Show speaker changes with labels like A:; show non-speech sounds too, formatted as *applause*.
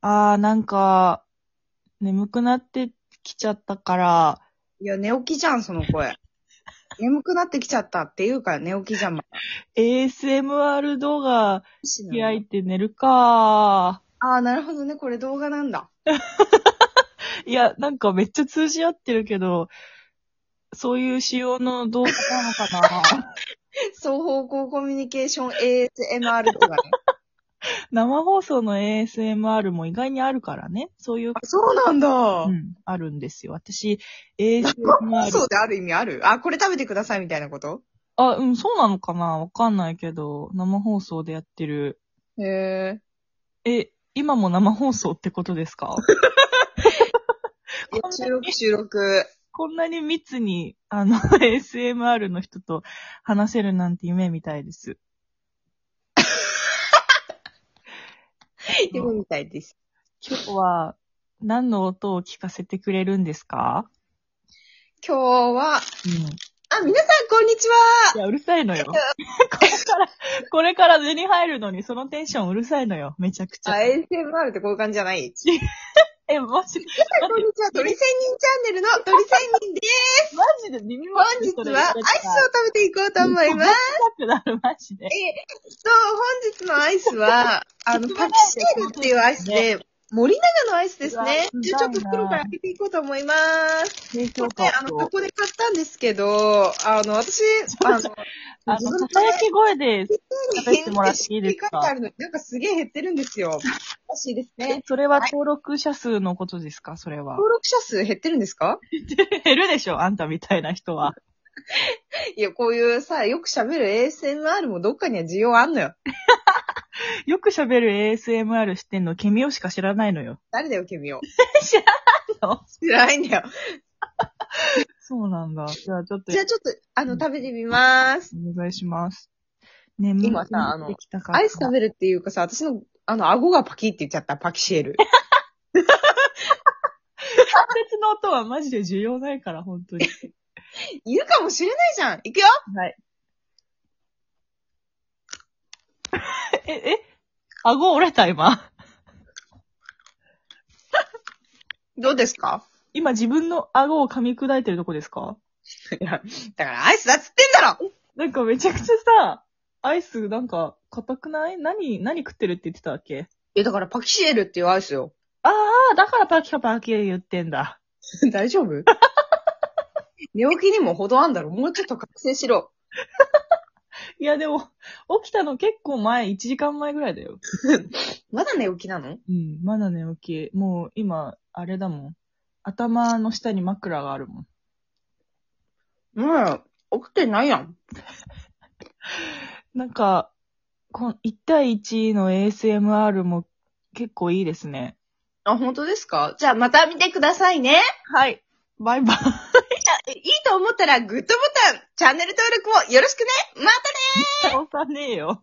A: あー、なんか、眠くなってきちゃったから、
B: いや、寝起きじゃん、その *laughs* 声。眠くなってきちゃったって言うから寝起きじゃん、まだ
A: ASMR 動画開いて寝るか
B: ああ、なるほどね。これ動画なんだ。
A: いや、なんかめっちゃ通じ合ってるけど、そういう仕様の動画なのか
B: *laughs*
A: な
B: 双方向コミュニケーション ASMR とかね。
A: 生放送の ASMR も意外にあるからね。そういう、
B: あ *laughs* そうなんだ。
A: うん、あるんですよ。私、ASMR。
B: そうである意味あるあ、これ食べてくださいみたいなこと
A: あ、うん、そうなのかなわかんないけど、生放送でやってる。
B: へえ。
A: え、今も生放送ってことですか
B: いや収録、収録。
A: こんなに密に、あの、ASMR の人と話せるなんて夢みたいです。
B: でもみたいです。
A: 今日は、何の音を聞かせてくれるんですか
B: 今日は、
A: うん。い
B: あ、皆さん、こんにち
A: や、うるさいのよ。 *laughs* これから、これから図に入るのに、そのテンションうるさいのよ。めちゃくち
B: は
A: ゃ。
B: あ !ASMR ってこういう感じじゃ *laughs* ない
A: え、マジ、
B: 皆さん、こんにちは。鳥仙人チャンネルの鳥仙人で
A: マジで耳
B: *laughs* 本
A: まで
B: 日
A: それ
B: はアイスを食べていこうと思います。
A: 痛くなる、マジで。
B: そう、本日のアイ
A: *laughs*
B: スは、あの、パキシエルっていうアイスで、森永のアイスですね
A: う。わ
B: じゃあちょっと袋から開けていこうと思います。
A: 成
B: こ
A: 長
B: れ、あの、ここで買ったんですけど、あの、私、あの、
A: あの、ささやき声で、食べてもらっていいですか
B: 書いてあるのになんかすげえ減ってるんですよ。おかしいですね
A: え。それは登録者数のことですかそれは。
B: 登録者数減ってるんですか
A: 減るでしょあんたみたいな人は。
B: いや、こういうさ、よく喋る ASMR もどっかには需要あんのよ。
A: よく喋る ASMR してんの、ケミオしか知らないのよ。
B: 誰だよ、君を。
A: *laughs* 知らないの
B: 知らないんだよ。
A: そうなんだ。じゃあちょっと
B: じゃ、あちょっと、あの、食べてみます。
A: お願いします。眠
B: 今さあの
A: くなってきたから
B: アイス食べるっていうかさ、私の、あの、顎がパキって言っちゃった、パキシエル。 *laughs*
A: 関節の音はマジで需要ないから、本当に。
B: いるかもしれないじゃん。いくよ
A: はい。 *laughs* え、え顎折れた今。
B: どうですか
A: 今自分の顎を噛み砕いてるとこですか
B: いや、だからアイスだっつってんだろ
A: なんかめちゃくちゃさ、アイスなんか硬くない何、何食ってるって言ってたっけ
B: いや、だからパキシエルっていうアイスよ。 *laughs*
A: ああ、だからパキカパキ言ってんだ。
B: 大丈夫 *laughs* 寝起きにも程あんだろ。もうちょっと覚醒しろ。
A: いやでも、起きたの結構前、1時間前ぐらいだよ。
B: まだ寝起きなの
A: うん、まだ寝起き。もう今、あれだもん。頭の下に枕があるもん。
B: うん。起きてないやん。
A: なんか、この1対1の ASMR も結構いいですね。
B: あ、本当ですかじゃあまた見てくださいね。
A: はい。バイバイ。 *laughs*
B: いやいいと思ったらグッドボタン、チャンネル登録もよろしくねまたね
A: 倒さねえよ。